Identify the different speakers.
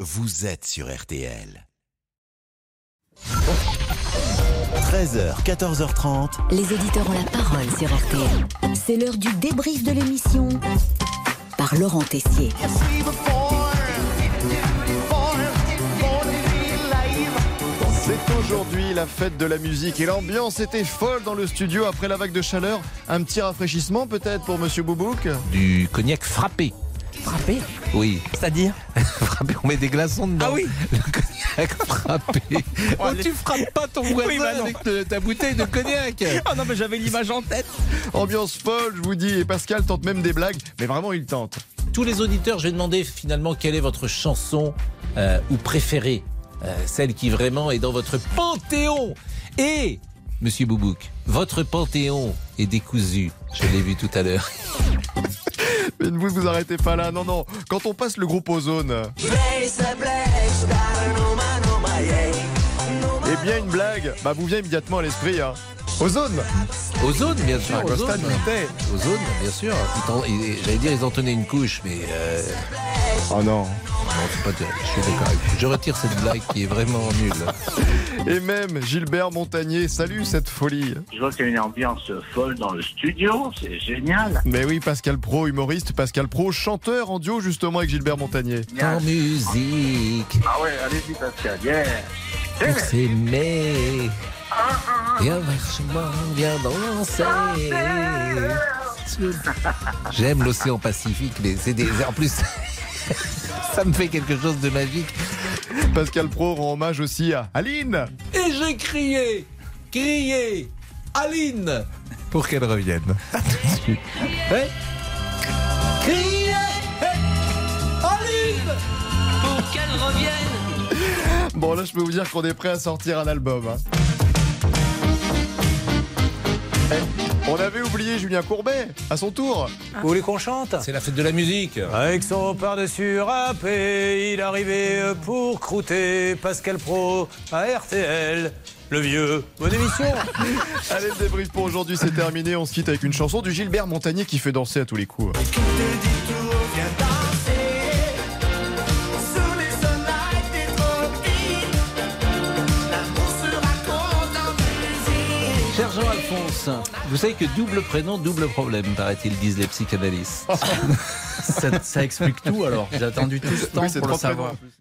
Speaker 1: vous êtes sur RTL. 13h, 14h30.
Speaker 2: Les auditeurs ont la parole sur RTL. C'est l'heure du débrief de l'émission par Laurent Tessier.
Speaker 3: C'est aujourd'hui la fête de la musique et l'ambiance était folle dans le studio après la vague de chaleur. Un petit rafraîchissement peut-être pour Monsieur Boubouk
Speaker 4: Du cognac frappé.
Speaker 5: Frappé
Speaker 4: Oui,
Speaker 5: C'est-à-dire
Speaker 4: frappé, on met des glaçons dedans.
Speaker 5: Ah oui
Speaker 4: Le cognac frappé. oh, tu frappes pas ton voisin
Speaker 5: bah non.
Speaker 4: avec te- ta bouteille de cognac.
Speaker 5: Ah non, mais j'avais l'image en tête.
Speaker 3: Ambiance folle, je vous dis, et Pascal tente même des blagues, mais vraiment il tente.
Speaker 4: Tous les auditeurs, je vais demander finalement quelle est votre chanson euh, ou préférée, euh, celle qui vraiment est dans votre panthéon. Et, monsieur Boubouk, votre panthéon est décousu. Je l'ai vu tout à l'heure.
Speaker 3: Mais ne vous, vous arrêtez pas là, non, non. Quand on passe le groupe Ozone. Eh bien, une blague, bah vous vient immédiatement à l'esprit, hein. Ozone
Speaker 4: Ozone, bien sûr.
Speaker 3: Enfin, Costa
Speaker 4: Ozone.
Speaker 3: Militei.
Speaker 4: Ozone, bien sûr. Ils t'en- ils- J'allais dire, ils en tenaient une couche, mais euh,
Speaker 3: Oh non
Speaker 4: non, c'est pas terrible. Je suis d'accord avec vous. Je retire cette blague qui est vraiment nulle.
Speaker 3: Et même Gilbert Montagnier, salut cette folie
Speaker 6: Je vois qu'il y a une ambiance folle dans le studio, c'est génial.
Speaker 3: Mais oui, Pascal Pro, humoriste, Pascal Pro, chanteur en duo justement avec Gilbert Montagnier.
Speaker 4: En musique,
Speaker 6: Ah ouais, allez-y Pascal, yeah.
Speaker 4: pour s'aimer. Viens marchement, viens danser. J'aime l'océan Pacifique, mais c'est des. En plus, ça me fait quelque chose de magique.
Speaker 3: Pascal Pro rend hommage aussi à Aline
Speaker 4: Et j'ai crié, crié, Aline, pour qu'elle revienne. Ouais. Crié, Aline.
Speaker 7: pour qu'elle revienne.
Speaker 3: Bon, là, je peux vous dire qu'on est prêt à sortir un album. hein. Eh, On avait oublié Julien Courbet, à son tour.
Speaker 8: Vous voulez qu'on chante
Speaker 4: C'est la fête de la musique.
Speaker 8: Avec son par-dessus râpé, il arrivait pour croûter Pascal Pro à RTL. Le vieux, bonne émission
Speaker 3: Allez, le débrief pour aujourd'hui, c'est terminé. On se quitte avec une chanson du Gilbert Montagnier qui fait danser à tous les coups.
Speaker 4: Cher Jean-Alphonse, vous savez que double prénom, double problème, paraît-il, disent les psychanalystes.
Speaker 9: ça, ça explique tout alors. J'ai attendu tout ce temps
Speaker 3: Oui, c'est
Speaker 9: pour le
Speaker 3: trois prénoms.
Speaker 9: savoir.